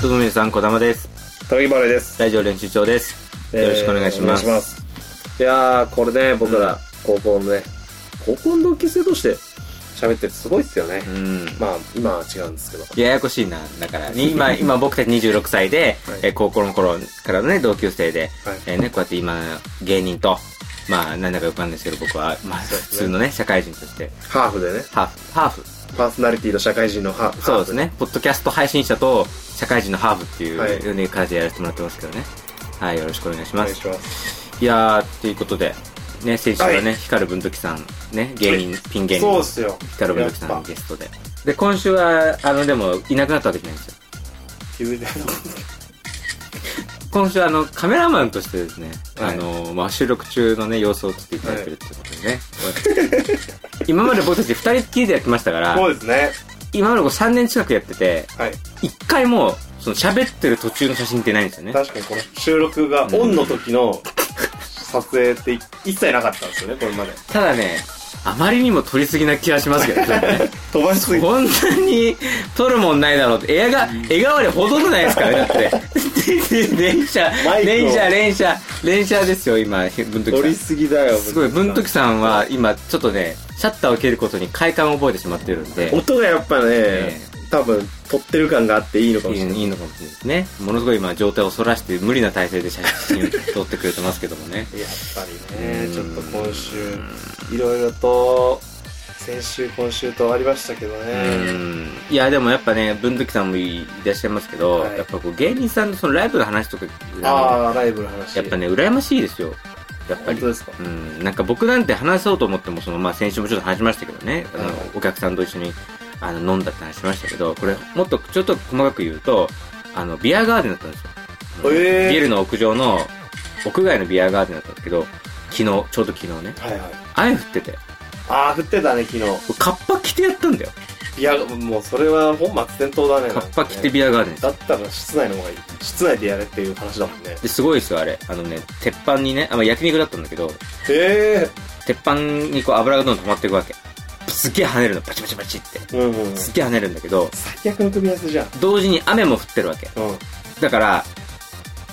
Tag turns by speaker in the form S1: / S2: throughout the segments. S1: すぐみさん、こだまです。
S2: 高木バレーです。
S1: ラジオ練習長です。よろしくお願いします。
S2: えーお願いします。いやー、これね、僕ら、高校のね、高校の同級生として喋ってるってすごいっすよね
S1: う。ん。
S2: まあ、今は違うんですけど。
S1: ややこしいな、だから。 に今、今僕たち26歳で、
S2: はい
S1: えー高校の頃からのね、同級生で、
S2: はい
S1: えーね、こうやって今、芸人と、まあ、なんだかよくわかんないですけど、僕は、まあ、
S2: そうで
S1: 普
S2: すね
S1: 通のね、社会人として、
S2: ハーフでね、
S1: ハーフ、ハーフ。
S2: パーソナリティと社会人のハーフ。
S1: そうですね。ポッドキャスト配信者と、社会人のハーフっていう、
S2: はい
S1: ね、感じでやらせてもらってますけどね。はい、よろしくお願いし
S2: ハー
S1: ま
S2: フ
S1: す
S2: で。お願いします。
S1: いやー、ということで、ね、先週はね、
S2: はい
S1: 光る文時さん、ね、芸人、ピン芸人
S2: そう
S1: の
S2: っすよ。
S1: 光る文時さ
S2: や
S1: ん
S2: っぱ
S1: ゲストで。で、今週は、あの、でも、いなくなったわけじゃないんですよ。
S2: 急で。
S1: 今週は、あの、カメラマンとしてですね、
S2: はい
S1: あの、まあ、収録中のね、様子を撮っていただいてるってことでね。 今まで僕たち二人っきりでやってましたから、
S2: そうですね。
S1: 今までこう3年近くやってて、
S2: はい。
S1: 一回も、その喋ってる途中の写真ってないんですよね。
S2: 確かにこの収録がオンの時の撮影って一切なかったんですよね、これまで。
S1: ただね、あまりにも撮りすぎな気がしますけどね。
S2: 飛ばしすぎて。
S1: こんなに撮るもんないだろうって、映画、笑顔でほとんどないですからね、だって。 連射
S2: マ、イクを
S1: 連射、連射、連射ですよ、今、文
S2: 撮
S1: 徳
S2: り
S1: さ
S2: すぎだよ。
S1: ん。すごい、文
S2: 時
S1: 徳さんは今、ちょっとね、シャッターを切ることに快感を覚えてしまってるんで、
S2: 音がやっぱね
S1: え、
S2: 多分撮ってる感があっていいのかも
S1: い
S2: し
S1: い
S2: れない。
S1: いいのかもしれないですね。ものすごい今、状態を反らして、無理な体勢で写真を撮ってくれてますけどもね。
S2: やっぱりね
S1: うん
S2: ちょっと今週いろいろと先週今週とありましたけど
S1: う
S2: ね
S1: んいやでもやっぱね文徳さんもいらっしゃいますけど、
S2: はい
S1: やっぱこう芸人さんのそのライブの話とか
S2: ああライブの話
S1: やっぱね羨ましいですよやっぱ
S2: 本
S1: り
S2: 当ですか
S1: うん、なんか僕なんて話そうと思ってもその、まあ、先週もちょっと話しましたけどね、あの
S2: はい
S1: お客さんと一緒にあの飲んだって話しましたけどこれもっとちょっと細かく言うとあのビアガーデンだったんですよ、あの
S2: えー
S1: ビルの屋上の屋外のビアガーデンだったんですけど昨日ちょうど昨日ね
S2: はいはい
S1: 雨降ってて
S2: ああ降ってたね昨日
S1: カッパ着てやったんだよ
S2: いやもうそれは本末転倒だね
S1: カッパ着て
S2: なんかね
S1: ビアガーデン
S2: だったら室内の方がいい室内でやれっていう話だもんね
S1: ですごいですよあれあのね鉄板にねあ、まあ、焼肉だったんだけど
S2: え
S1: 鉄板にこう油がどんどん溜まっていくわけすっげえ跳ねるのバチバチバチって
S2: えうんうん
S1: すっげえ跳ねるんだけど
S2: 最悪の組み合わせじゃん
S1: 同時に雨も降ってるわけ
S2: うん
S1: だから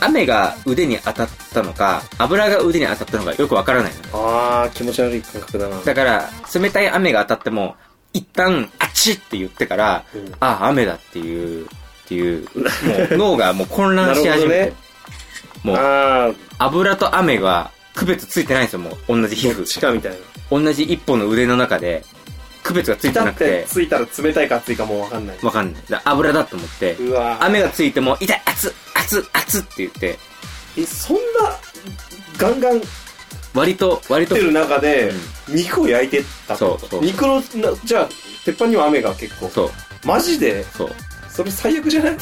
S1: 雨が腕に当たったのか油が腕に当たったのかよくわからないのよ
S2: ああ気持ち悪い感覚だな
S1: だから冷たい雨が当たっても一旦あっちって言ってから
S2: うん
S1: ああ雨だっていうっていうもう脳がもう混乱し始め
S2: な
S1: て、
S2: る
S1: もう
S2: あ
S1: 油と雨が区別ついてないんですよもう同じ皮
S2: あ
S1: 膚
S2: 地下みたいな
S1: 同じ一本の腕の中で区別がついて
S2: だ
S1: な
S2: っ
S1: く
S2: て
S1: て
S2: ついたら冷たいか熱いかもう分かんない
S1: わかんないだから油だと思って
S2: うわー
S1: 雨がついても痛い熱っ熱っ熱っって言って
S2: えそんなガンガン
S1: 割と割
S2: 降
S1: と
S2: ってる中で肉を焼いてったってこと
S1: そうそう
S2: 肉のなじゃあ鉄板には雨が結構
S1: そう
S2: マジで
S1: そう
S2: それ最悪じ ゃない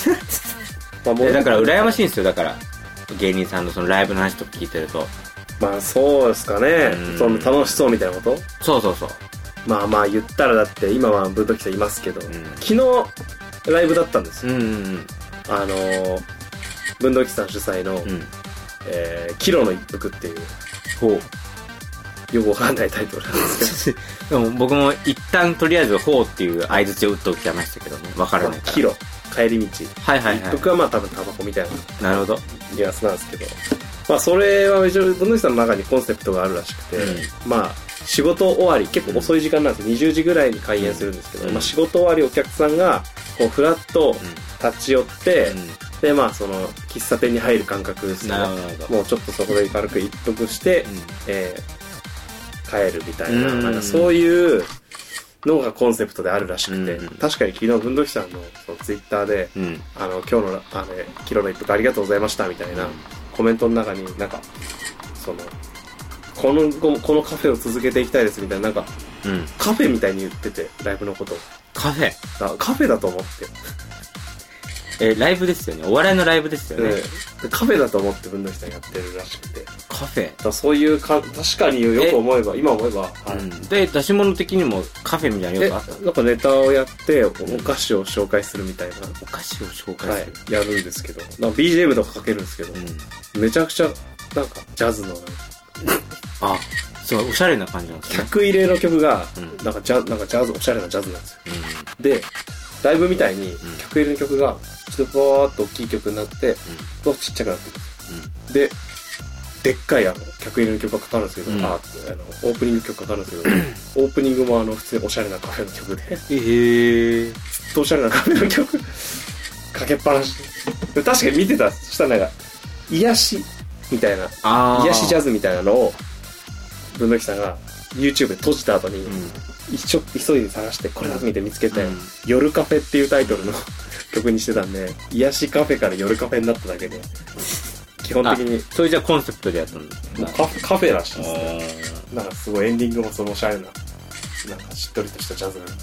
S2: まあも
S1: でだから羨ましい
S2: い
S1: んですよだから芸人さんのそのライブの話とか聞いてると
S2: まあそうですかね
S1: うん
S2: その楽しそうみたいなこと
S1: そうそうそう、
S2: まあまあ言ったらだって今はブートキさんいますけど、
S1: う
S2: 昨日ライブだったんですよ、
S1: ん、うんうん
S2: あのー文土器さん主催の、
S1: うんうん
S2: えーキロの一服っていう、
S1: ほう
S2: よくわかんないタイトルなんですけど、
S1: でも僕も一旦とりあえず「ほう」っていう相槌を打っておきましたけどねわ からないから
S2: キロ、帰り道。
S1: はいはい
S2: 一
S1: は
S2: 服はまあ多分タバコみたいない
S1: なるほど
S2: ニュアンスなんですけど、まあそれは一応、どの人の中にコンセプトがあるらしくて、
S1: う
S2: まあ仕事終わり、結構遅い時間なんですよ。20時ぐらいに開演するんですけど、
S1: うん
S2: まあ仕事終わりお客さんが、こう、ふらっと立ち寄って、
S1: うん、
S2: で、まあその、喫茶店に入る感覚で
S1: う
S2: す
S1: ん、
S2: ね
S1: な。るほどなるほど
S2: もうちょっとそこで軽く一服して、えー帰るみたいな、
S1: うん
S2: なんかそういうのがコンセプトであるらしくて、
S1: うん
S2: 確かに昨日文土器さんのそのツイッターで、
S1: うんうん
S2: あの、今日の、あの、キロの一服ありがとうございましたみたい
S1: う
S2: な、
S1: ん
S2: コメントの中になんか、その、この後、このカフェを続けていきたいですみたいな、なんか、
S1: うん
S2: カフェみたいに言ってて、ライブのことを。
S1: カフェ
S2: あカフェだと思って、
S1: えライブですよねお笑いのライブですよね、
S2: ででカフェだと思って文土器さんやってるらしくて、だか
S1: カフェ
S2: らそういうか、確かによく思えば、今思えば、はい
S1: うんで出し物的にもカフェみたいな
S2: え
S1: 要素あったの
S2: なんかネタをやってお菓子を紹介するみたいな、
S1: お菓子を紹
S2: は
S1: 介する、
S2: い、やるんですけどなんか BGM とかかけるんですけど、
S1: うん
S2: めちゃくちゃなんかジャズの
S1: あそうおしゃ れな感じなんですね、
S2: 客入れの曲が
S1: うん
S2: なんかジャなんかジャズおしゃれなジャズなんですよ
S1: う
S2: でライブみたいに、客入りの曲が、ちょっとバーっと大きい曲になって、どうちっちゃくなってくるで、でっかいあの、客入りの曲がかかるんですけど、
S1: うん
S2: あーあの、オープニング曲かかるんです けど、オープニングもあの、普通におしゃれなカフェの曲で、
S1: えー、
S2: ずっとおしゃれなカフェの曲、かけっぱなし。で確かに見てた、そしたらなんか、癒し、みたいな、
S1: あー
S2: 癒しジャズみたいなのを、文土器さんが YouTube で閉じた後に、
S1: うん
S2: 一緒急いで探して、これだと見て見つけて、
S1: うん
S2: 夜カフェっていうタイトルの 曲にしてたんで、癒しカフェから夜カフェになっただけで、基本的に
S1: それじゃあコンセプトでやったんだ
S2: もうカフェカフェらしいですね。
S1: あー
S2: なんかすごいエンディングもそのおしゃれな、なんかしっとりとしたジャズになって。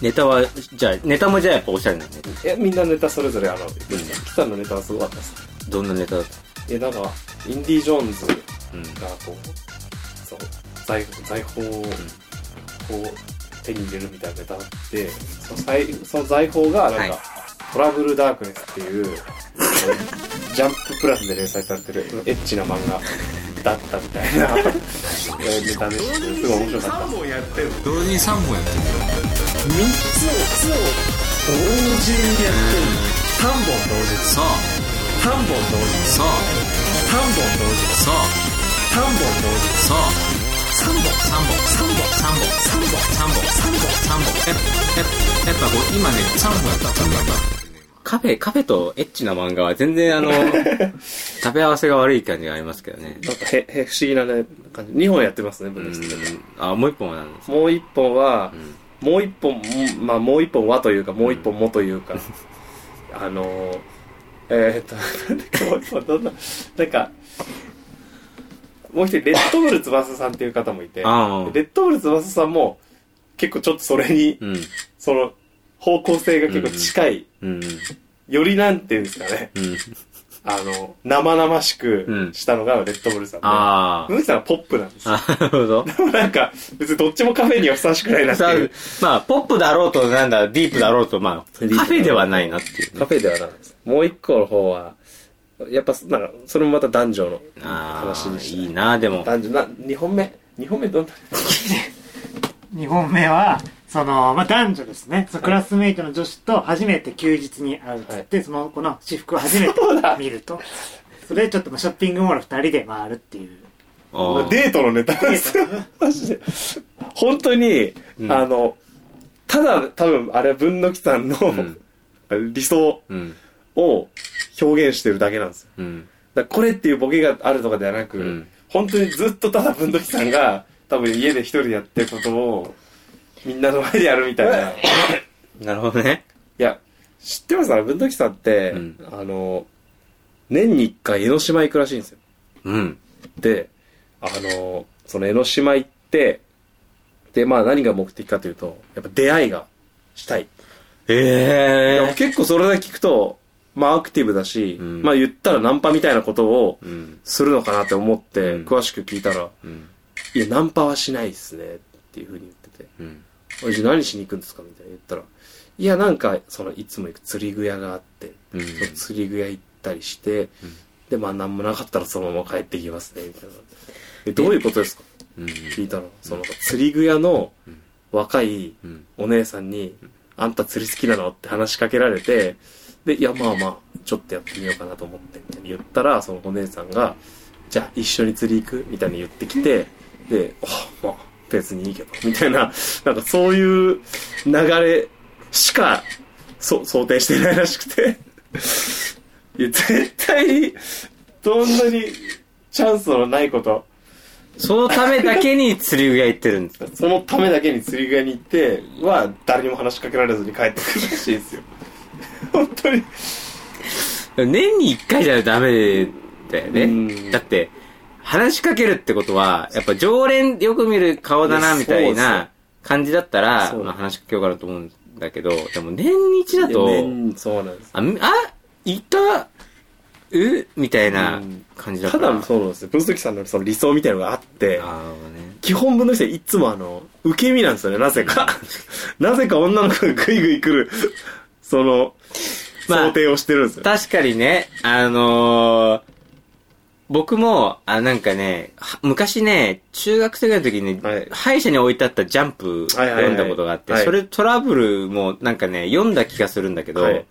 S1: ネタはじゃあネタもじゃあやっぱおしゃれなんで
S2: え、みんなネタそれぞれあの、キタンのネタはすごかったですね。
S1: どんなネタだった
S2: え、なんか、インディ・ジョーンズ
S1: うん
S2: がこう、そう、財財宝をこう、手に入れるみたいなネタで、その財その財宝がなんか、
S1: はい
S2: トラブルダークネスっていう、ジャンププラスで連載されてるエッチな漫画だったみたい な、ネタでして、すごい面白かったです。
S3: 同時に3本やってる
S2: 3つを、
S3: そうそう
S2: 同時にやってる。3本同時。3本同時。3本同時。
S3: そう
S2: 3本同時。
S3: そう
S2: 3本。
S3: 3本3本3本3本3本3本3本ええやっぱこう今ね3本やった3本やっ
S1: カフェカフェとエッチな漫画は全然 あの食べ合わせが悪い感じがありますけどね
S2: なんかへ、へ、不思議なね、感じ。2本やってますね、
S1: う
S2: ブルースって
S1: んあもう一本は何ですか
S2: もう1本は
S1: う、ん
S2: もう一本、もまあ、もう一本はというか、もう一本もというか、 あのー、えー、っと、 なんだっけもうどんな、なんか、もう一人、レッドブル翼さんっていう方もいて、レ
S1: あー
S2: ッドブル翼さんも、結構ちょっとそれに、
S1: うん
S2: その、方向性が結構近い、
S1: うん
S2: よりなんていうんですかね、
S1: うん
S2: あの、生々し
S1: う
S2: く
S1: ん
S2: したのがレッドブルさんで、
S1: あー
S2: ムーさんはポップなんですよ。
S1: あなるほど
S2: なんか、別にどっちもカフェにはふさわしくないなって
S1: さ
S2: いう。
S1: まあポップだろうとなんだディープだろうとまあカフェではないなっていうね
S2: カフェではないです。もう一個の方は、やっぱ、なんか、それもまた男女の
S1: あ
S2: 話
S1: あ
S2: にして。
S1: いいなでも
S2: 男女、な、二本目。二本目どんな
S4: 2本目はその、まあ、男女ですねそのクラスメイトの女子と初めて休日に会うっつって、その子の私服を初めて見るとそれでちょっとまあショッピングモール2人で回るっていう
S1: あー
S2: デートのネタなんですよ。 マジで。本当に、
S1: うん
S2: あの、ただ、多分、あれは文の木さんの、
S1: ん
S2: 理想
S1: うん
S2: を表現してるだけなんですよ。
S1: うん
S2: だからこれっていうボケがあるとかではなく、
S1: うん
S2: 本当にずっとただ文土器さんが多分家で一人でやってることをみんなの前でやるみたい な。い
S1: なるほどね
S2: や、知ってますあの文土器さんって、
S1: うん
S2: あの、年に一回江ノ島行くらしいんですよ。
S1: うん
S2: で、あの、その江ノ島行って、で、まあ何が目的かというと、やっぱ出会いがしたい。
S1: え
S2: い
S1: え
S2: や結構それだけ聞くと、まあアクティブだし、
S1: うん
S2: まあ言ったらナンパみたいなことを
S1: うん
S2: するのかなって思って、
S1: うん
S2: 詳しく聞いたら、
S1: うん
S2: いや、ナンパはしないっすね、っていう風に言ってて。
S1: うん
S2: おいじゃあ何しに行くんですかみたいな言ったら、いや、なんか、その、いつも行く釣り具屋があって、
S1: うん
S2: その釣り具屋行ったりして、で、まあ、なんもなかったらそのまま帰ってきますね、みたいな。え、どういうことですか
S1: うん
S2: 聞いたら、その、釣り具屋の若い
S1: うん
S2: お姉さんに、あんた釣り好きなのって話しかけられて、で、いや、まあまあ、ちょっとやってみようかなと思って、みたいに言ったら、そのお姉さんが、じゃあ一緒に釣り行くみたいに言ってきて、で、あ、まあ、別にいいけど、みたいな、なんかそういう流れしか、そ、想定してないらしくて。いや、絶対に、どんなにチャンスのないこと、
S1: そのためだけに釣り具屋行ってるんですか
S2: そのためだけに釣り具屋に行っては誰にも話しかけられずに帰ってくるらしい ですよ本当に
S1: 年に一回じゃダメだよ
S2: うん
S1: ね。だって、話しかけるってことは、やっぱ常連よく見る顔だ
S2: いや
S1: な、みたい
S2: そうです
S1: な感じだったら、
S2: そう
S1: まあ、話しかけようかなと思うんだけど、でも年に一だと、
S2: そうなんです
S1: あ、みあ、いた、うみたいな感じだ
S2: た
S1: から。
S2: だそうなんですよ文崎さんのその理想みたいのがあっ
S1: な
S2: て
S1: るほどね。
S2: 基本文崎さんいつもあの受け身なんですよねなぜか なぜか女の子がグイグイ来るその、
S1: まあ
S2: 想定をしてるんですよ
S1: 確かにね、あのー僕も、あ、なんかね、は昔ね、中学生ぐらいの時に、
S2: はい
S1: 歯医者に置いてあったジャンプを
S2: はいはいはい
S1: 読んだことがあって、
S2: はい
S1: それトラブルもなんかね、読んだ気がするんだけど、
S2: はい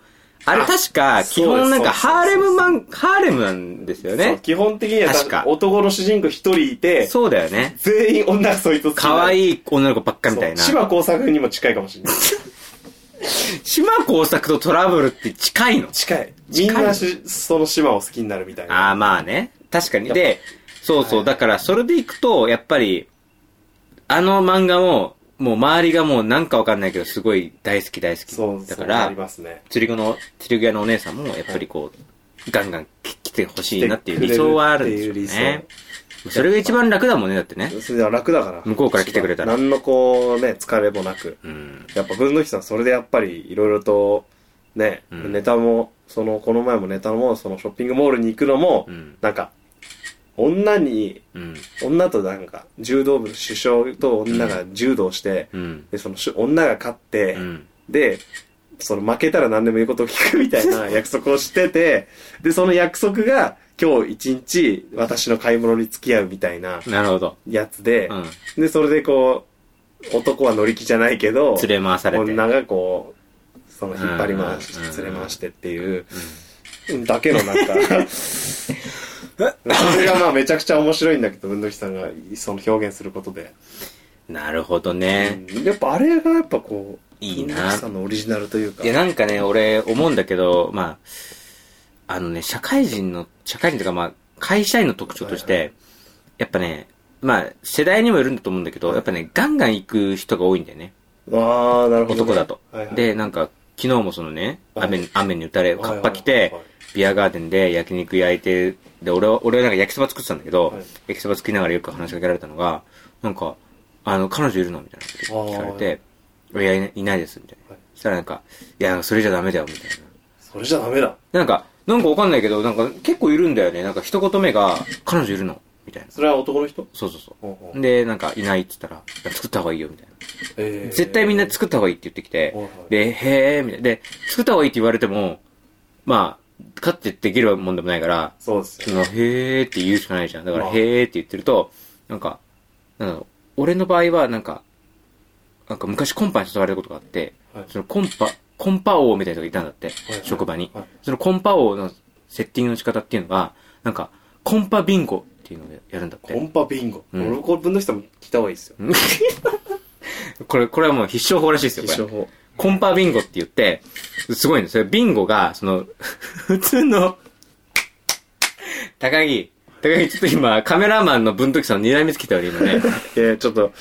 S1: あれ確か、
S2: あ
S1: 基本なんか
S2: そ
S1: ハ
S2: う
S1: ー
S2: で
S1: レ
S2: すそう
S1: ム
S2: です
S1: マン、ハーレムなんですよ
S2: そう
S1: ね。
S2: 基本的には
S1: 確か
S2: 男の主人公一人いて、
S1: そうだよね。
S2: 全員女がそいつ好きな
S1: 可愛い女の子ばっかみたいな。
S2: そう芝工作にも近いかもしれない。
S1: 島工作とトラブルって近いの
S2: 近い。
S1: 近
S2: み
S1: い
S2: んなしその島を好きになるみたいな。
S1: ああ、まあね。確かに。で、そうそう。
S2: はい
S1: だから、それで行くと、やっぱり、あの漫画も、もう周りがもうなんかわかんないけど、すごい大好き大好き。
S2: そう、
S1: だか
S2: そう
S1: ら
S2: あり、ますね。
S1: 釣り子の、釣り具屋のお姉さんも、やっぱりこう、ガンガン来てほしいなっていう
S2: 来てく
S1: 理
S2: れる
S1: 想はあるんですよ
S2: っていう
S1: ね。それが一番楽だもんね、だってね。
S2: それは楽だから。
S1: 向こうから来てくれたら
S2: 何のこうね、疲れもなく。
S1: うん。
S2: やっぱ文の木さん、それでやっぱりいろいろと、ね、
S1: うん
S2: ネタも、その、この前もネタも、そのショッピングモールに行くのも、
S1: うん。
S2: なんか、女に、
S1: うん。
S2: 女となんか、柔道部の首相と女が柔道して、
S1: うん。
S2: で、そのし女が勝って、
S1: うん。
S2: で、その負けたら何でも言うことを聞くみた いな約束をしてて、で、その約束が今日一日私の買い物に付き合うみたいな
S1: なるほど。
S2: やつで
S1: う、ん。
S2: で、それでこう、男は乗り気じゃないけど、
S1: 連れ回されて。
S2: 女がこう、その引っ張り回し
S1: うんうんうんう、ん
S2: 連れ回してっていう、だけ のなんか、それがまあめちゃくちゃ面白いんだけど、運動機さんがその表現することで。
S1: なるほどね。
S2: うんやっぱあれがやっぱこう、
S1: いいな
S2: 運動機さんのオリジナルというか。
S1: いや、なんかね、俺、思うんだけど、まあ、あのね、社会人の、社会人というか、まあ、会社員の特徴として、
S2: はい
S1: やっぱね、まあ、世代にもよるんだと思うんだけど、やっぱね、ガンガン行く人が多いんだよね。
S2: ああ、なるほど、
S1: 男だと。
S2: はいはい、
S1: で、なんか、昨日もそのね、雨に、雨に打たれ、カッパ着
S2: はいはい
S1: て
S2: はいはい、
S1: ビアガーデンで焼肉焼いて、で、俺は、俺はなんか焼きそば作ってたんだけど、
S2: はい
S1: 焼きそば作りながらよく話しかけられたのが、なんか、あの、彼女いるのみたいなこと聞かれて、いや、いないいないです、みたいな
S2: はい。
S1: そしたらなんか、いや、それじゃダメだよ、みたい
S2: それじゃダメだ。
S1: な。なんか、なんかわかんないけど、なんか結構いるんだよね。なんか一言目が、彼女いるのみたいな。
S2: それは男の人
S1: そうそうそう。
S2: ほうほう
S1: で、なんか、いないって言ったら、いや作った方がいいよ、みたいな。
S2: えー
S1: 絶対みんな作った方がいいって言ってきて
S2: はいはい、
S1: で、へーみたいな。で、作った方がいいって言われても、まあ、かってできるもんでもないから、
S2: そうです
S1: そ
S2: よ。
S1: の、へーって言うしかないじゃん。だから、
S2: まあ
S1: へーって言ってると、なんか、なんだろう俺の場合は、なんか、なんか昔コンパに誘われたことがあって、
S2: はい
S1: そのコンパ、コンパ王みたいな人がいたんだって、
S2: はい
S1: 職場に、
S2: はい
S1: そのコンパ王のセッティングの仕方っていうのが、なんか、コンパビンゴっていうのをやるんだっ
S2: コ
S1: て。
S2: ンパビンゴ。
S1: うん
S2: 俺、これ分の人も聞いた方がいいですよ。
S1: これ、これはもう必勝法らしいですよ、これ
S2: 必勝法。
S1: コンパビンゴって言って、すごいんですよ。ビンゴが、その、 普通の、高木、高木ちょっと今、カメラマンの文時さんの睨みつけたよね、今ね。
S2: えー、ちょっと、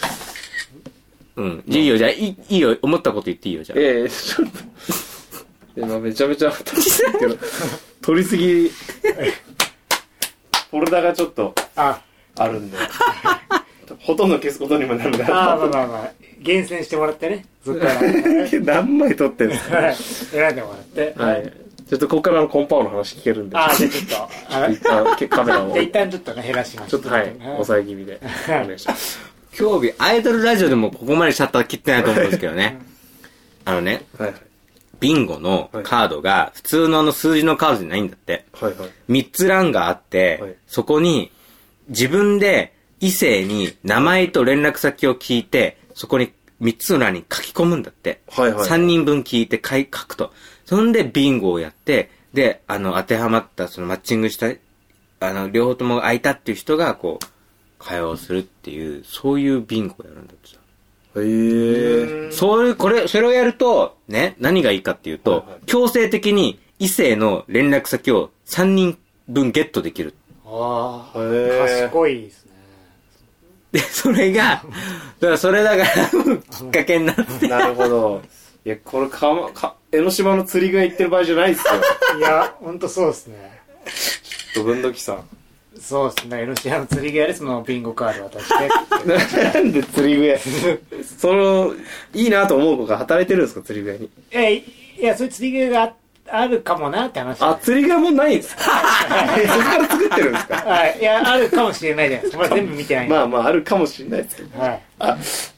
S1: うん。いいよ、じゃあ、いいいいよ、思ったこと言っていいよ、じゃあ。
S2: えー、ちょっと、 今めちゃめちゃ当たってるけど、 取りすぎ、フォルダがちょっと
S4: あ、
S2: あるん で、ほとんど消すことにもなるか
S4: あーまあ
S2: ら、
S4: まあまあ、厳選してもらってね。そっから。はい
S2: 何枚取ってるんですか
S4: 選んでもらって。
S2: はい。ちょっとここからのコンパ王の話聞けるんで、
S4: ああ、じゃあちょっと。あ
S2: 一旦けカメラを
S4: じゃあ一旦ちょっとね、減らします。
S2: ちょっとはい、
S4: え
S2: 抑え気味で。お願いします。
S1: 今日日、アイドルラジオでもここまでシャッター切ってないと思うんですけどね。あのね、
S2: はいはい。
S1: ビンゴのカードが、普通のあの数字のカードじゃないんだって。
S2: はいはい。
S1: 三つ欄があって、
S2: はい
S1: そこに自分で異性に名前と連絡先を聞いて、そこに三つの欄に書き込むんだって。
S2: はいはい
S1: 三人分聞いて書い書くと。そんでビンゴをやって、で、あの、当てはまった、そのマッチングした、あの、両方とも空いたっていう人が、こう、会話をするっていう、そういうビンゴをやるんだってさ。
S2: へえ。
S1: そういう、これ、それをやると、ね、何がいいかっていうと、
S2: はいはい
S1: 強制的に異性の連絡先を3人分ゲットできる。
S4: ああ、
S2: へえ
S4: 賢いですね。
S1: で、それが、だからそれだから、きっかけになって、
S2: なるほど。いや、これかま、か、江ノ島の釣り具屋行ってる場合じゃないですよ。
S4: いや、ほんとそうですね。
S2: ちょっと文土器さん。
S4: そうですね。エロシアの釣り具屋でそのビンゴカード渡してっていう。
S2: なんで釣り具屋その、いいなと思う子が働いてるんですか、釣り具屋に。
S4: え、いや、そういう釣り具があるかもなって話。
S2: あ、釣り具屋もうないんですか えそこから作ってるんですか
S4: はい。いや、あるかもしれないじゃないですか。まだ全部見てないんで。
S2: まあまあ、あるかもしれないですけど。
S4: はい。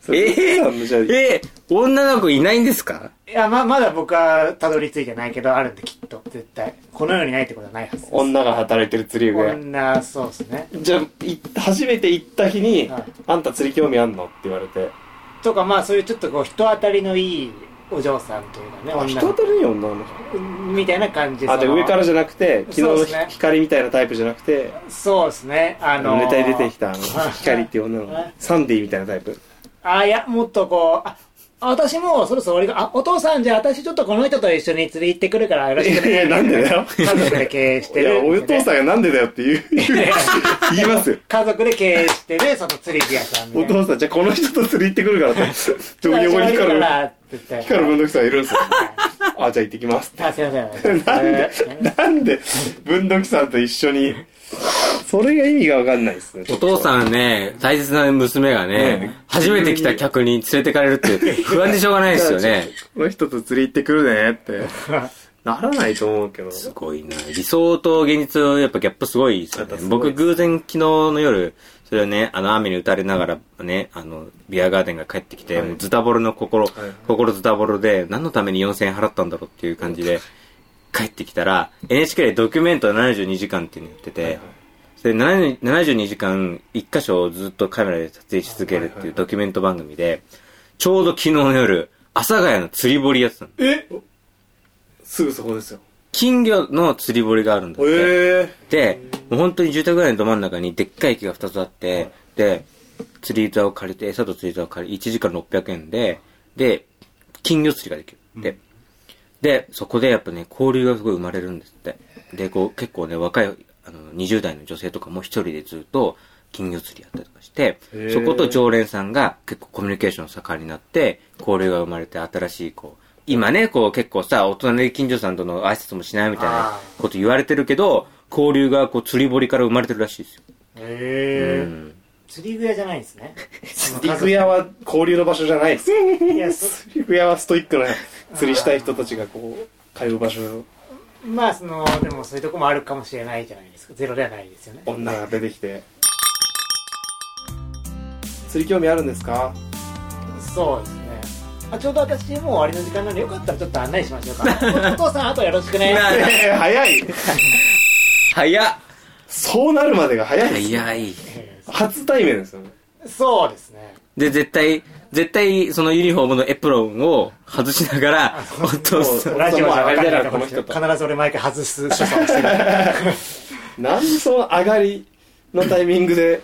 S2: それ文土器さんのじゃあ
S1: え、女の子いないんですか
S4: いや、ま、まだ僕はたどり着いてないけど、あるんできっと。絶対この世にないってことはないはずです
S2: 女が働いてる釣り具屋。
S4: 女そうですね
S2: じゃあ、い初めて行った日に、
S4: はい
S2: あんた釣り興味あんのって言われて。
S4: とかまあそういうちょっとこう人当たりのいいお嬢さんというかね
S2: あ、
S4: 女
S2: 人
S4: の
S2: 当たりに女なの
S4: みたいな感じ
S2: あ、で
S4: その
S2: 上からじゃなくて、昨日
S4: そう
S2: の
S4: ですね
S2: 光みたいなタイプじゃなくて、
S4: そうですねあのー
S2: ネタに出てきた、あの、
S4: はい
S2: 光っていう女の子
S4: はい
S2: サンディみたいなタイプ。
S4: あいやもっとこうあ私もうそろそろ終わりかあお父さんじゃあ私ちょっとこの人と一緒に釣り行ってくるからよろしく
S2: いや
S4: ね
S2: なんでだよ
S4: 家族で経営し
S2: い
S4: てる
S2: や、お父さんがなんでだよって言う、言いますよ。
S4: 家族で経営してるその釣り具屋さんみた
S2: お
S4: いな
S2: 父さん、じゃあこの人と釣り行ってくるからっ て、ちょ、
S4: ち
S2: 横
S4: ょっと
S2: に
S4: 終わ
S2: 光
S4: り
S2: る
S4: だか、らって言って
S2: 光る文読さんいるんですよ。あ、じゃあ行ってきますって。
S4: あすいません
S2: なんで、なんで、文読さんと一緒に、それが意味がわかんないですね。
S1: お父さんね、大切な娘がね
S2: ね、
S1: 初めて来た客に連れてかれるって不安でしょうがないですよね。
S2: この人と釣り行ってくるねって、 ならないと思うけど。
S1: すごいな。理想と現実のやっぱギャップすごいですよ
S2: や
S1: ね
S2: っぱ。すごい
S1: 僕偶然昨日の夜、それをね、あの雨に打たれながらね、あの、ビアガーデンが帰ってきて、
S2: はい
S1: もうズタボロの心、
S2: い
S1: 心ズタボロで、何のために4000円払ったんだろうっていう感じで、帰ってきたら、NHK でドキュメント72時間っていうのやってて、で70 72時間一箇所をずっとカメラで撮影し続けるっ
S2: はいは
S1: て
S2: い
S1: い
S2: は
S1: うドキュメント番組で、ちょうど昨日の夜、阿佐ヶ谷の釣り堀やってたの。
S2: えすぐそこですよ。
S1: 金魚の釣り堀があるんだって。
S2: え
S1: で、もう本当に住宅街のど真ん中にでっかい木が2つあって、で、釣り竿を借りて、餌と釣り竿を借り、1時間600円で、で、金魚釣りができる。で、で、そこでやっぱね、交流がすごい生まれるんですって。で、こう、結構ね、若い、あの、20代の女性とかも一人でずっと金魚釣りやったりとかして
S2: へー、
S1: そこと常連さんが結構コミュニケーション盛んになって、交流が生まれて新しい、こう、今ね、こう結構さ、お隣近所さんとの挨拶もしないみたいな
S4: あー
S1: こと言われてるけど、交流がこう釣り堀から生まれてるらしいですよ。
S4: へ
S1: う
S4: え
S1: ん
S4: 釣り具屋じゃないんですね
S2: 釣り具屋は交流の場所じゃないです。
S4: いやそ
S2: 釣り具屋はストイックな釣りしたい人たちがこう、通う場所、
S4: まあそのでもそういうとこもあるかもしれないじゃないですかゼロではないですよね
S2: 女が出てきて。釣り興味あるんですか
S4: そうですねあちょうど私もう終わりの時間なんでよかったらちょっと案内しましょ うかおお父さんあとよろしくね
S2: えー 早い
S1: 早っ
S2: そうなるまでが早いです。
S1: 早い。
S4: え
S2: 初対面ですよね。
S4: ーそうですね
S1: で、絶対、絶対、そのユニフォームのエプロンを外しながら、お父さん、
S4: ラジオじゃ分かんないと
S2: こ
S4: 思
S2: の
S4: うんですけ
S2: 人と
S4: ど必ず俺毎回外す所作をしてる
S2: なんでその上がりのタイミングで、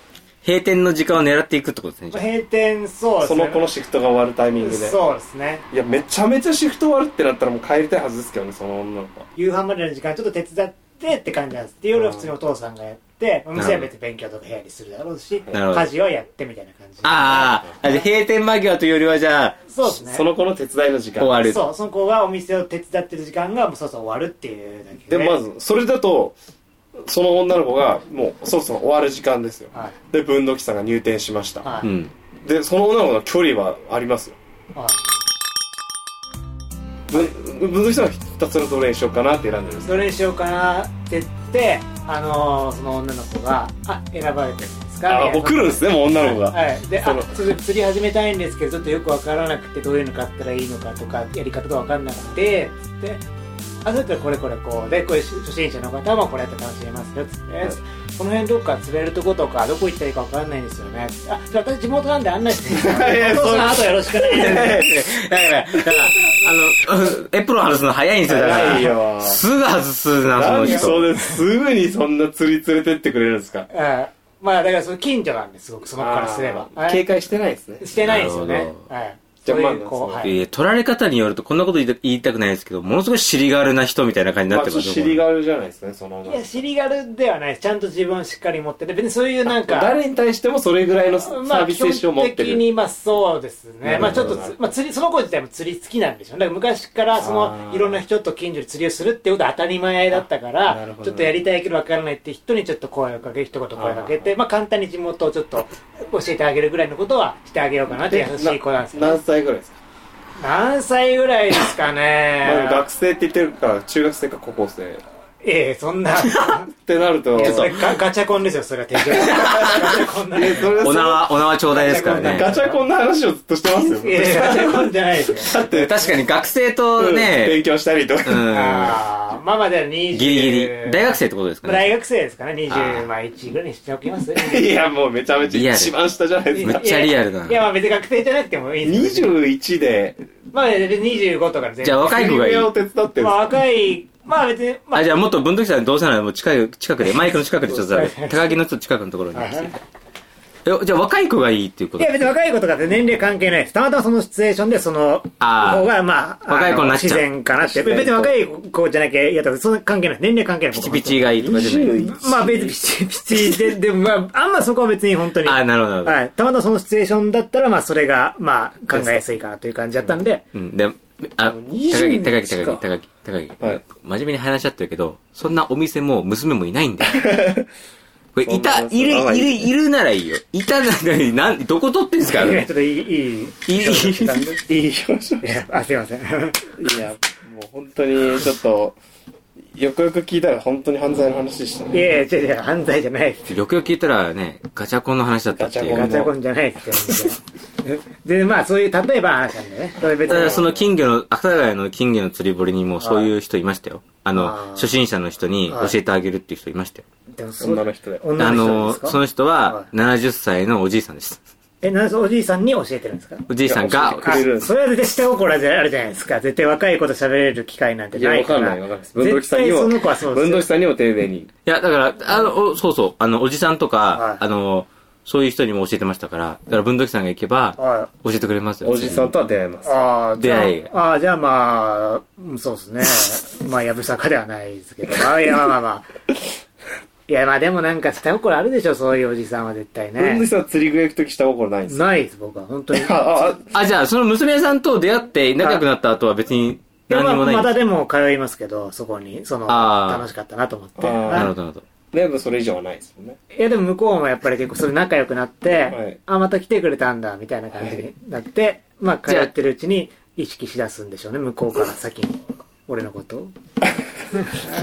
S1: 閉店の時間を狙っていくってことですねじゃあ。
S4: 閉店そうです
S2: そ
S4: ね
S2: の子のシフトが終わるタイミングで。
S4: そうですね
S2: いや、めちゃめちゃシフト終わるってなったらもう帰りたいはずですけどね、その女の子は。
S4: 夕飯までの時間ちょっと手伝ってって感じなんですで夜は普通にお父さんがやってお店は別に勉強とか部屋にするだろうし
S1: なるほど
S4: 家事はやってみたいな感じ
S1: ああ、あじゃあ閉店間際というよりは、じゃあ、
S4: そうですね
S2: その子の手伝いの時間。
S1: 終わる
S4: そうその子がお店を手伝ってる時間がもうそろそろ終わるっていうだけ
S2: で、
S4: で
S2: まず、それだと、その女の子が、もう、そろそろ終わる時間ですよ。
S4: はい
S2: で、文土器さんが入店しました。
S4: は
S1: う
S4: い、
S1: ん。
S2: で、その女の子の距離はありますよ。
S4: はい
S2: 文文土器さんは2つのどれにしようかなって選んでるんです
S4: どれにしようかなって言って、あのー、その女の子が「あ選ばれてるんですか?」
S2: あ、もう来るんですね、もう女の子が。
S4: はい、で「
S2: そ
S4: あ
S2: の
S4: ちょっと釣り始めたいんですけどちょっとよく分からなくてどういうの買ったらいいのかとかやり方が分かんなくて」つって「あそうやったらこれこれこうでこういう初心者の方もこれやって楽しめますよ」つって、この辺どっか釣れるとことかどこ行ったらいいか分かんないんですよね」つってあじゃあ私地元なんで案内していいです か
S2: いや
S4: お父さんあとよろしくね」
S1: だから、だから、あの、うんエプロン外すの早いんですよ、だか
S2: 早い
S1: ら。
S2: よ。
S1: すぐ外すな、そ
S2: な
S1: の
S2: んで
S1: 人。
S2: それですぐにそんな釣り連れてってくれるんですか
S4: うんまあだからその近所なんですごくその子からすれば
S2: あー
S4: はい
S2: 警戒してないですね。
S4: してないですよ
S1: な
S4: ね
S1: るほ。
S4: はい。
S2: じゃあ
S4: そういう
S2: まあ
S4: こう
S2: そう
S4: はい
S1: いや取られ方によると、こんなこと言いた言いたくないですけど、ものすごい尻があるな人みたいな感じに
S2: ま
S1: なっ
S2: あ、
S1: て
S2: ち
S1: ま
S2: ょっと
S1: す
S2: 尻があるじゃないですかね、その
S4: い
S2: 女の
S4: や、
S2: 子。
S4: 尻軽ではないです。ちゃんと自分をしっかり持ってて、別にそういうなんか、
S2: 誰に対してもそれぐらいのサ
S4: ま
S2: ー
S4: あ、
S2: ビ
S4: 基
S2: ス精神を
S4: 本
S2: 持って
S4: 的
S2: る。
S4: に、まあそうですね。ま
S2: なる
S4: あちょ
S2: ほど
S4: っとつ、まあ釣り、その子自体も釣り好きなんでしょうね。だから昔から、そ
S2: あ
S4: の、
S2: ー
S4: いろんな人と近所で釣りをするってことは当たり前だったか
S2: あなる
S4: ら
S2: ほ、ど
S4: ちょっとやりたいけどわからないって人にちょっと声をかけ、一言声をかけ
S2: あ
S4: て、まあ簡単に地元をちょっと教えてあげるぐらいのことはしてあげようかなって優しい子なんですよ。
S2: 何歳ぐらいですか、
S4: 何歳ぐらいですかね
S2: まあ、でも学生って言ってるから、中学生か高校生。
S4: ええ、そ んな。
S2: てなると、
S4: いやそれガガチャコンですよ、それは 手錠。ガチャコンな
S2: えそれ
S1: お縄、お縄ちょうだいですからね。
S2: ガチャコンの話をずっとしてますよ。
S4: いやいやガチャコンじゃないですよ。
S2: だって、
S1: 確かに学生
S2: う
S1: と
S2: ん
S1: ね
S2: 勉、強したりと
S1: う
S2: か。
S1: ん、
S4: あーまあまあでは20。
S1: ギリギリ。大学生ってことですか
S4: 大
S1: ね。
S4: 学生ですかね、
S1: あー
S4: 20、まあ1ぐらいにしておきます
S2: いや、もうめちゃめち
S1: リア
S2: ゃ
S1: ル
S2: 一番下じゃないで す
S1: め
S2: か
S1: っ。ちゃリアルだない
S4: や、まあ別に学生じゃなくてもいいですよ。
S2: 21で、
S4: まあ25とかで全然。
S1: じゃあ若い子がい
S2: 指輪を
S1: い。
S2: 手伝ってる
S4: まあ若い、まあ別に、ま
S1: あ、
S4: あ、
S1: じゃあもっと文徳さんどうせならもう近い、近くで、マイクの近くでちょっと だけ高木のちょっと近くのところに来て。えじゃあ若い子がいいっていうこ
S4: い
S1: と
S4: や別に若い子とかって年齢関係ないです。たまたまそのシチュエーションでその
S1: あー
S4: 方がまあ、
S1: 若い子になっ
S4: あの
S1: ちゃう
S4: 自然かなって。別に若い子じゃなきゃ嫌だとそんな関係ない。年齢関係ない。
S1: ピチピチがいいとかじゃない。
S4: まあ別にピチピチで、でもまあ、あんまそこは別に本当に。
S1: あーなるほどなるほど
S4: はい。たまたまそのシチュエーションだったら、まあそれが、まあ考えやすいかなという感じだったんで、
S1: うん、で、あ、高木、高木、
S2: 20
S1: 高木、高
S2: 日か
S1: 木、高木、高木、
S2: はい
S1: 真面目に話し合ってるけど、そんなお店も娘もいないんだよ。これ、い
S2: そ
S1: た、
S2: んなそんない
S1: る、
S2: まあ
S1: いる、
S2: いい
S1: いるならいいよ。いたならいい。なん、どこ取ってんすか
S4: い
S1: あ
S4: や
S1: れ
S4: ちょっといい、いい、
S1: いい、
S2: いい表情。い
S4: いやあ、すいません。
S2: や、もう本当にちょっと、よくよく聞いたら本当に犯罪の話でした
S4: い
S2: ね。
S4: やいや、違う違う、犯罪じゃないです。
S1: よくよく聞いたらね、ガチャコンの話だったってい
S2: ガ
S4: ガ
S1: う。
S4: チャコンじゃないですよ全然。で、まあそういう、例えば話なんでね。それ別
S1: ただそ
S4: に。
S1: の金魚の、阿佐ヶ谷の金魚の釣り堀にもそういう人いましたよ。あの、
S4: あー
S1: 初心者の人に教えてあげるっていう人いましたよ。
S4: でもそ
S2: 女の人で。
S4: 女
S1: あ
S4: の人
S1: の、
S4: ですか
S1: その人は
S4: は
S1: 70歳のおじいさんです。
S4: え、なんでおじいさんに教えてるんですか
S1: おじいさん
S2: い
S1: が
S2: や教えてく
S4: あ
S2: れるんです
S4: それは絶対下心じゃあるじゃないですか。絶対若い子と喋れる機会なんてないから。
S2: 文藤
S4: 絶
S2: さんに
S4: 対
S2: も、
S4: その子はそうです
S2: 文
S4: よ
S2: 藤さんにも丁寧に。
S1: いや、だから、あの、おそうそう、あの、おじさんとか、
S4: はい
S1: あの、そういう人にも教えてましたから、だから文土器さんが行けば、
S4: はい
S1: 教えてくれますよ。
S2: おじさんとは出会えます。
S4: ああ、じゃあ
S1: 出会い、
S4: ああ、じゃあまあ、うんそうですね。まあ、やぶさかではないですけど。まあ、いや、まあまあまあ。いや、まあでもなんか下心あるでしょ、そういうおじさんは絶対
S2: 文
S4: ね
S2: 藤。さんは釣り具行くときした心ないんですか
S4: ないです、僕は。本当に。
S2: ああ、あ
S1: あ、じゃあ、その娘さんと出会って仲良くなった後は別に
S4: で
S1: 何
S4: ま
S1: にも
S4: あ
S1: ない。
S4: ま
S1: な
S4: だ
S1: る
S4: でも通いますけど、そこに、その、
S1: あー
S4: 楽しかったなと思って。
S2: あー
S4: はい
S1: ほど、なるほど。
S2: でもそれ以上はないですもんね。
S4: いや、でも向こうもやっぱり結構それ仲良くなって、
S2: はい
S4: あ、また来てくれたんだ、みたいな感じになって、まあ、通ってるうちに意識しだすんでしょうね、向こうから先に。俺のことを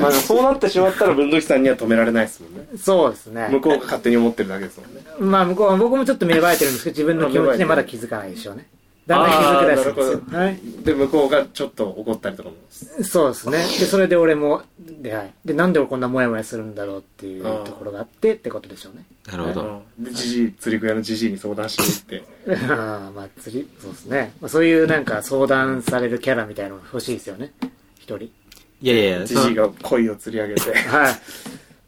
S2: まあそうなってしまったら文藤さんには止められないですもんね。
S4: そうですね。
S2: 向こうが勝手に思ってるだけですもんね。
S4: まあ向こうは僕もちょっと芽生えてるんですけど自分の気持ちでまだ気づかないでしょうねだんだん気づくだすんですよ、はい、
S2: で、向こうがちょっと怒ったりとかも。
S4: そうですねでそれで俺もで,、はい、でなんで俺こんなモヤモヤするんだろうっていうところがあってってことでしょうね
S1: なるほど。
S2: うんで、じじい、釣り具屋のじじいに相談しに行って。
S4: ああまあ釣りそうですね、まあ、そういうなんか相談されるキャラみたいなの欲しいですよね一人、
S1: いやいやいや、
S2: じ
S1: そ
S2: じい
S1: の
S2: が恋を釣り上げて
S4: はい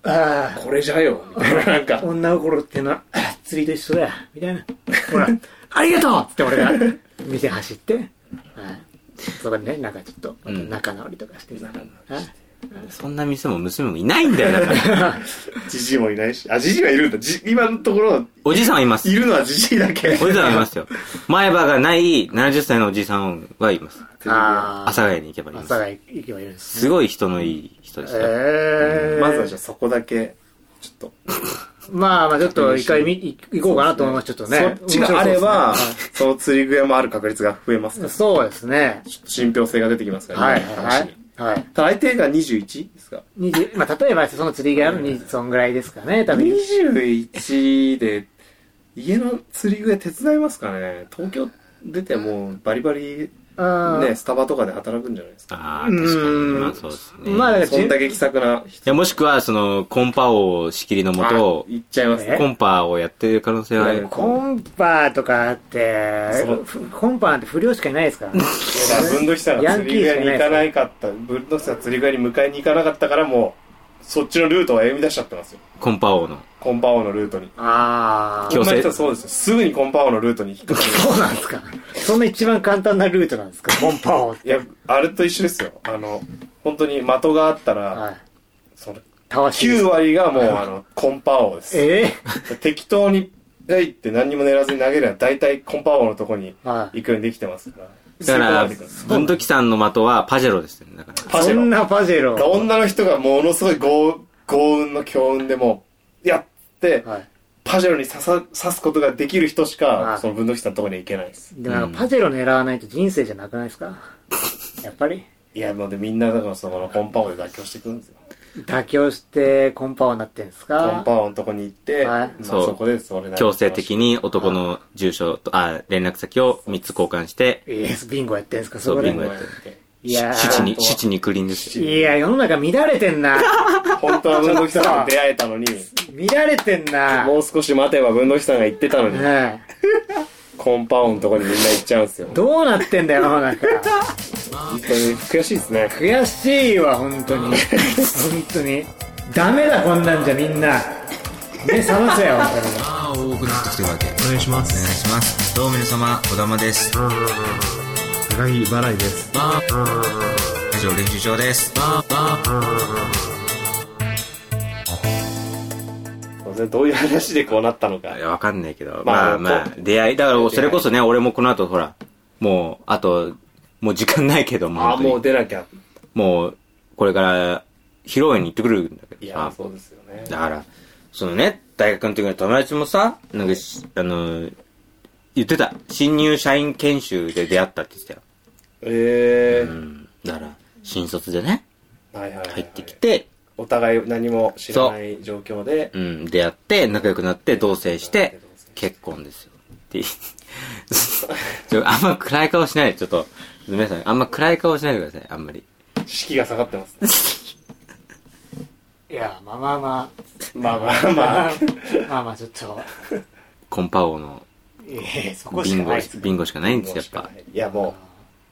S4: あ
S2: これじゃよ、みたいな、なん
S4: あ
S2: か、
S4: 女心ってのは 釣りと一緒だよみたいなほら ありがとうっつって俺が店走って、はい、そこにねなんかちょっとまた仲直りとかしてさ、はい
S1: そんな店も娘もいないんだよ、だから。
S2: じじいもいないし、あ、じじいはいるんだ。じ今のところ、
S1: おじいさんはいます
S2: い。るのはじじいだけ。
S1: おじさんはいますよ。前歯がない70歳のおじいさんはいます。阿
S4: あ
S1: 佐ヶ谷に行けばい
S4: あ、
S1: ま
S4: 朝
S1: す。
S4: が行けばいるんですね。
S1: すごい人のいい人でしたよ。
S4: ええ
S2: まずはじゃあそこだけ、ちょっ
S4: まあまあちょっと一回見、い行こうかなと思います、ちょっと
S2: と、
S4: ね。
S2: そっちがあれば、
S4: 面
S2: その釣り具屋もある確率が増えますから、ちょ
S4: 白そうですね、そうですね。
S2: っと信憑性が出てきますから
S4: はい
S2: 今の
S4: は
S2: 話に
S4: いはい。はい。
S2: ただ相手が 21? ですか
S4: 20まあ例えばその釣りがあるに、そんぐらいですかね、多分。
S2: 21で家の釣り具屋手伝いますかね東京出てもうバリバリ
S4: うん
S2: ねスタバとかで働くんじゃないですか
S1: ああ、確かに。
S4: うん
S1: まあそうですね。
S4: まあだから
S2: そんだけ気さくない
S1: や、もしくは、その、コンパ王仕切りのもと
S2: あ、行っちゃいます
S4: え
S2: ね
S1: コンパをやってる可能性はある。
S4: コンパとかって
S2: その、
S4: ふコンパなんて不良しかいないですからね。
S2: だから文土器さんが釣り具屋に行かないかった文土器さんが釣り具屋に迎えに行かなかったからもうそっちのルートを歩み出しちゃってますよ
S1: コンパ王の。
S2: コンパ王のルートに
S4: ああ
S1: 今。日強制
S2: こんな人はそうですよすぐにコンパ王のルートに引っ掛け
S4: そうなんですか。そんな一番簡単なルートなんですか、コンパを。
S2: いやあれと一緒ですよあの本当に的があったら、
S4: はい。
S2: その
S4: たわしです。
S2: 9割がもうあのコンパ王です
S4: ええ
S2: 適当に入って何にも狙わずに投げれば大体コンパ王のとこに
S4: はい
S2: 行くようにできてますから。
S1: だから
S2: そういうことになってくるんです、
S1: 文土器さんの的はパジェロですよね。だから。
S2: パシ
S4: そん
S2: ェロ。
S4: なパジェロ。
S2: 女の人がものすごい強強運の強運でもう、やって、
S4: はい。
S2: パジェロに刺さ刺すことができる人し
S4: は
S2: か
S4: い、
S2: その文土器さんのとこには行けないです。
S4: でもなんかパジェロ狙わないと人生じ ゃなくないですかやっぱり
S2: いや、もうでみんなだからそのコンパ王で妥協していくんですよ。
S4: 妥協してコンパ王になってんす
S2: コ
S4: か
S2: ンパ王のとこに行って、
S4: はい
S2: まあ
S1: そう
S2: そこでそれなりの
S1: 強制的に男の住所と、あ、連絡先を3つ交換して、
S4: イエスビンゴやってんすか
S1: そう
S4: そこで
S1: ビンゴやって
S4: いやー
S1: 七に、七にクリンですよ。
S4: いや世の中乱れてんな
S2: 本当は文土器さんと出会えたのに、
S4: 乱れてんな
S2: もう少し待てば文土器さんが言ってたのに、
S4: ね
S2: コンパ王のとこにみんな行っちゃうんですよ
S4: え。どうなってんだよ世の中
S2: 本当に悔しいですね。
S4: 悔しいわ本当に本当にダメだこんなんじゃみんな目覚ませよ本当に
S3: ああ多くなってきてるわけお願いしますお願いしますどうも皆様小玉です高木払いです以上練習場です
S2: どういう話でこうなったのか
S1: い。や、わかんないけど。
S2: ま
S1: ま
S2: あ
S1: あまあ、出会い。だから、それこそね、俺もこの後、ほら、もう、あと、もう時間ないけども、
S2: あ
S1: 本
S2: あ、
S1: 当に
S2: もう出なきゃ。
S1: もう、これから、披露宴に行ってくるんだ
S2: い
S1: けど
S2: や
S1: さ、。
S2: そうですよね。
S1: だから、そのね、大学の時の友達もさ、なんかし、あの、言ってた。新入社員研修で出会ったって言ってたよ。
S2: え
S1: うん。だから、新卒でね、
S2: え。はいはいはいはい。
S1: 入ってきて、
S2: お互い何も知らない状況で、
S1: うん、出会って、仲良くなって、同棲して、結婚ですよ。って言いちょあんま暗い顔しないで、ちょっと。皆さん、あんま暗い顔しないでください、あんまり。
S2: 士気が下がってますね。
S4: いやまあまあま
S2: まあまあ
S4: あま
S2: ま
S4: あ
S2: あ。
S4: まあまあちょっと
S1: コンパ王の
S4: いやいやそこ
S1: ビ
S4: しか
S1: ンゴ
S4: ないです、
S1: ビンゴしかないんですよ、やっぱ。
S2: いやもう、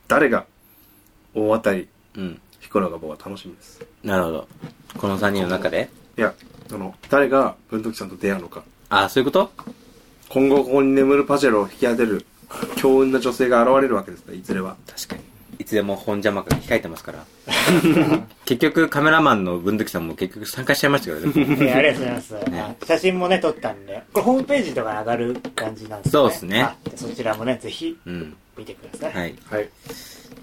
S2: 誰が大当たり、
S1: うん。
S2: ヒコロが僕は楽しみです。
S1: なるほど。この3人の中で
S2: いや、あの、誰が文徳さんと出会うのか。
S1: あ、そういうこと
S2: 今後ここに眠るパジェロを引き当てる強運な女性が現れるわけですね、いずれは。
S1: 確かに。いつでも本邪魔が控えてますから。 結局、カメラマンの文土さんも結局参加しちゃいましたけ ど ね。
S4: いやありがとうございます、あ写真もね撮ったんでこれホームページとかに上がる感じなんですね
S1: そうっすね
S4: あそちらもねぜひ
S1: うん。
S4: 見てください、
S1: はい。
S2: はい。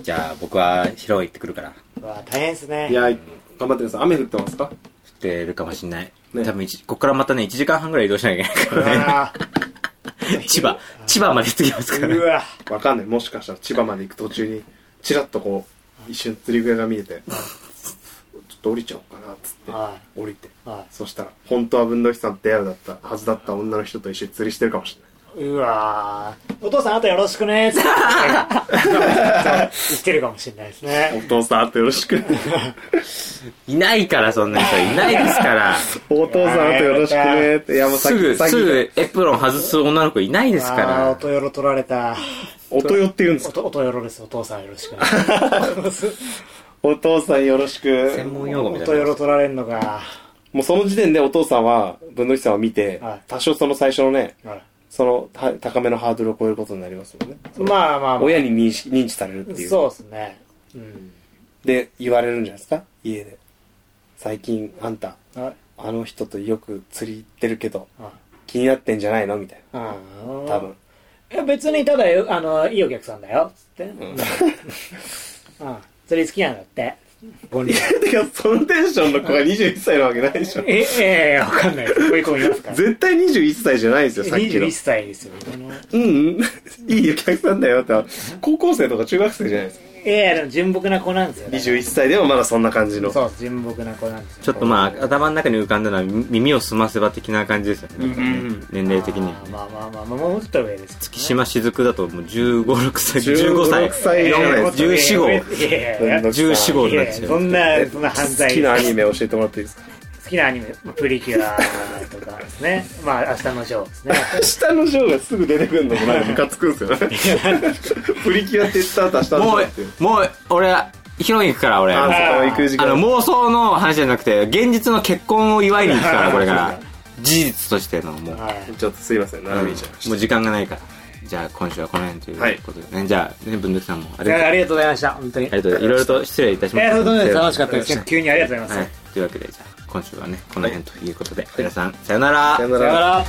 S1: じゃあ、僕は披露宴行ってくるから。
S4: わあ大変ですね
S2: いや、頑張ってください。雨降ってますか
S1: 降ってるかもしんない。
S2: ね
S1: 多分一、こっからまたね、1時間半ぐらい移動しなきゃいけないか
S4: う
S1: らね。
S4: わ
S1: 千葉、千葉まで行ってきますから
S4: う
S1: ね。
S4: わ
S2: わかんない。もしかしたら千葉まで行く途中に、ちらっとこう、一瞬釣り具屋が見えて、ちょっと降りちゃおうかな、つって。
S4: は
S2: 降りて。
S4: いは
S2: そしたら、本当は文土器さんと出会うだった、はずだった女の人と一緒に釣りしてるかもしれない。
S4: いうわお父さんあとよろしくねーって言ってるかもしれないですね
S2: お父さん、あとよろしく。
S1: いないから、そんな人。いないですから。
S2: お父さん、あとよろしくねって。い や、もうさっ
S1: す
S2: き、
S1: ぐ、
S2: さっき
S1: すぐエプロン外す女の子いないですか
S4: あーお
S1: ら。
S4: とよろ取られた
S2: おとよって言うんです
S4: お
S2: か
S4: とおとよろですお父さんよろしくね
S2: お父さん、よろし
S1: 専
S2: く。
S1: 門用語み
S4: お
S1: た
S4: と
S1: い
S4: よろ
S1: な。
S4: 取られんのか
S2: もうその時点でお父さんは、文土器さんを見て
S4: はい、
S2: 多少その最初のね、
S4: はい
S2: そのた高めのハードルを超えることになりますよね。
S4: まあまあまあ
S2: 親に認識認知されるっていう。
S4: そうですねうん
S2: で、言われるんじゃないですか家で。最近、あんた、
S4: はい
S2: あの人とよく釣り行ってるけど、
S4: はい
S2: 気になってんじゃないのみたい
S4: うん
S2: な。多分。
S4: いや別にただよあのいいお客さんだよつって、うん、釣り好きなんだって
S2: てか、そのテンションの子が21歳なわけないで しょ。
S4: えええわかんないですこういう子もいますから
S2: 絶対21歳じゃないですよ、さっきの
S4: 21。歳ですよこの
S2: うん、うん。いいお客さんだ よって、高校生とか中学生じゃないですか。
S4: いやいやでも純朴な子なんですよね
S2: 21歳でもまだそんな感じの。
S4: そう純朴な子なんですよ
S1: ちょっとまあ、頭の中に浮かんだのは耳を澄ませば的な感じですよね。
S2: うん
S1: 年齢的に。
S4: あーまあまあまあまあもうちょっと上ですけどね
S1: 月島雫だともう15、6歳、15歳。
S2: 15歳
S4: いやいや
S2: じゃない
S4: もっと上
S1: 14
S4: 上いやいやいや
S1: 14、号
S4: い
S1: になっ
S4: やい
S1: ちゃ
S4: や
S1: う。
S4: そんなそんな犯罪
S2: 好きなアニメ教えてもらっていいですか
S4: 好きなアニメまあプリキュアとかですねまあ明日のジョーですね
S2: 下の章がすぐ出てくるのもなんかムカつくんですよね。 プリキュアって言った後、下の
S1: も
S2: 章っていう。
S1: う、もう、俺、披露宴行くから、俺。
S2: あ、
S1: あ
S2: そこ行く時間。
S1: の、妄想の話じゃなくて、現実の結婚を祝いに行くから、これから。事実としての、もう。
S4: はい
S2: ちょっとすいません、
S1: う
S2: 並
S1: ん
S2: びちゃいまし
S1: もう時間がないから。じゃあ今週はこの辺ということでね。じゃあね、文徳さんもあり
S4: い
S1: がとう。
S4: やありがとうございました本当に
S1: ありがとう。いろいろと失礼いたしました。
S4: えー、そんなこと楽しかったです。
S1: は
S4: 急にありがとうございます。
S1: い。というわけで、じゃあ今週はね、この辺ということで、皆さん、さよなら。
S2: た。さよな
S4: さよな
S2: ら。
S4: ら。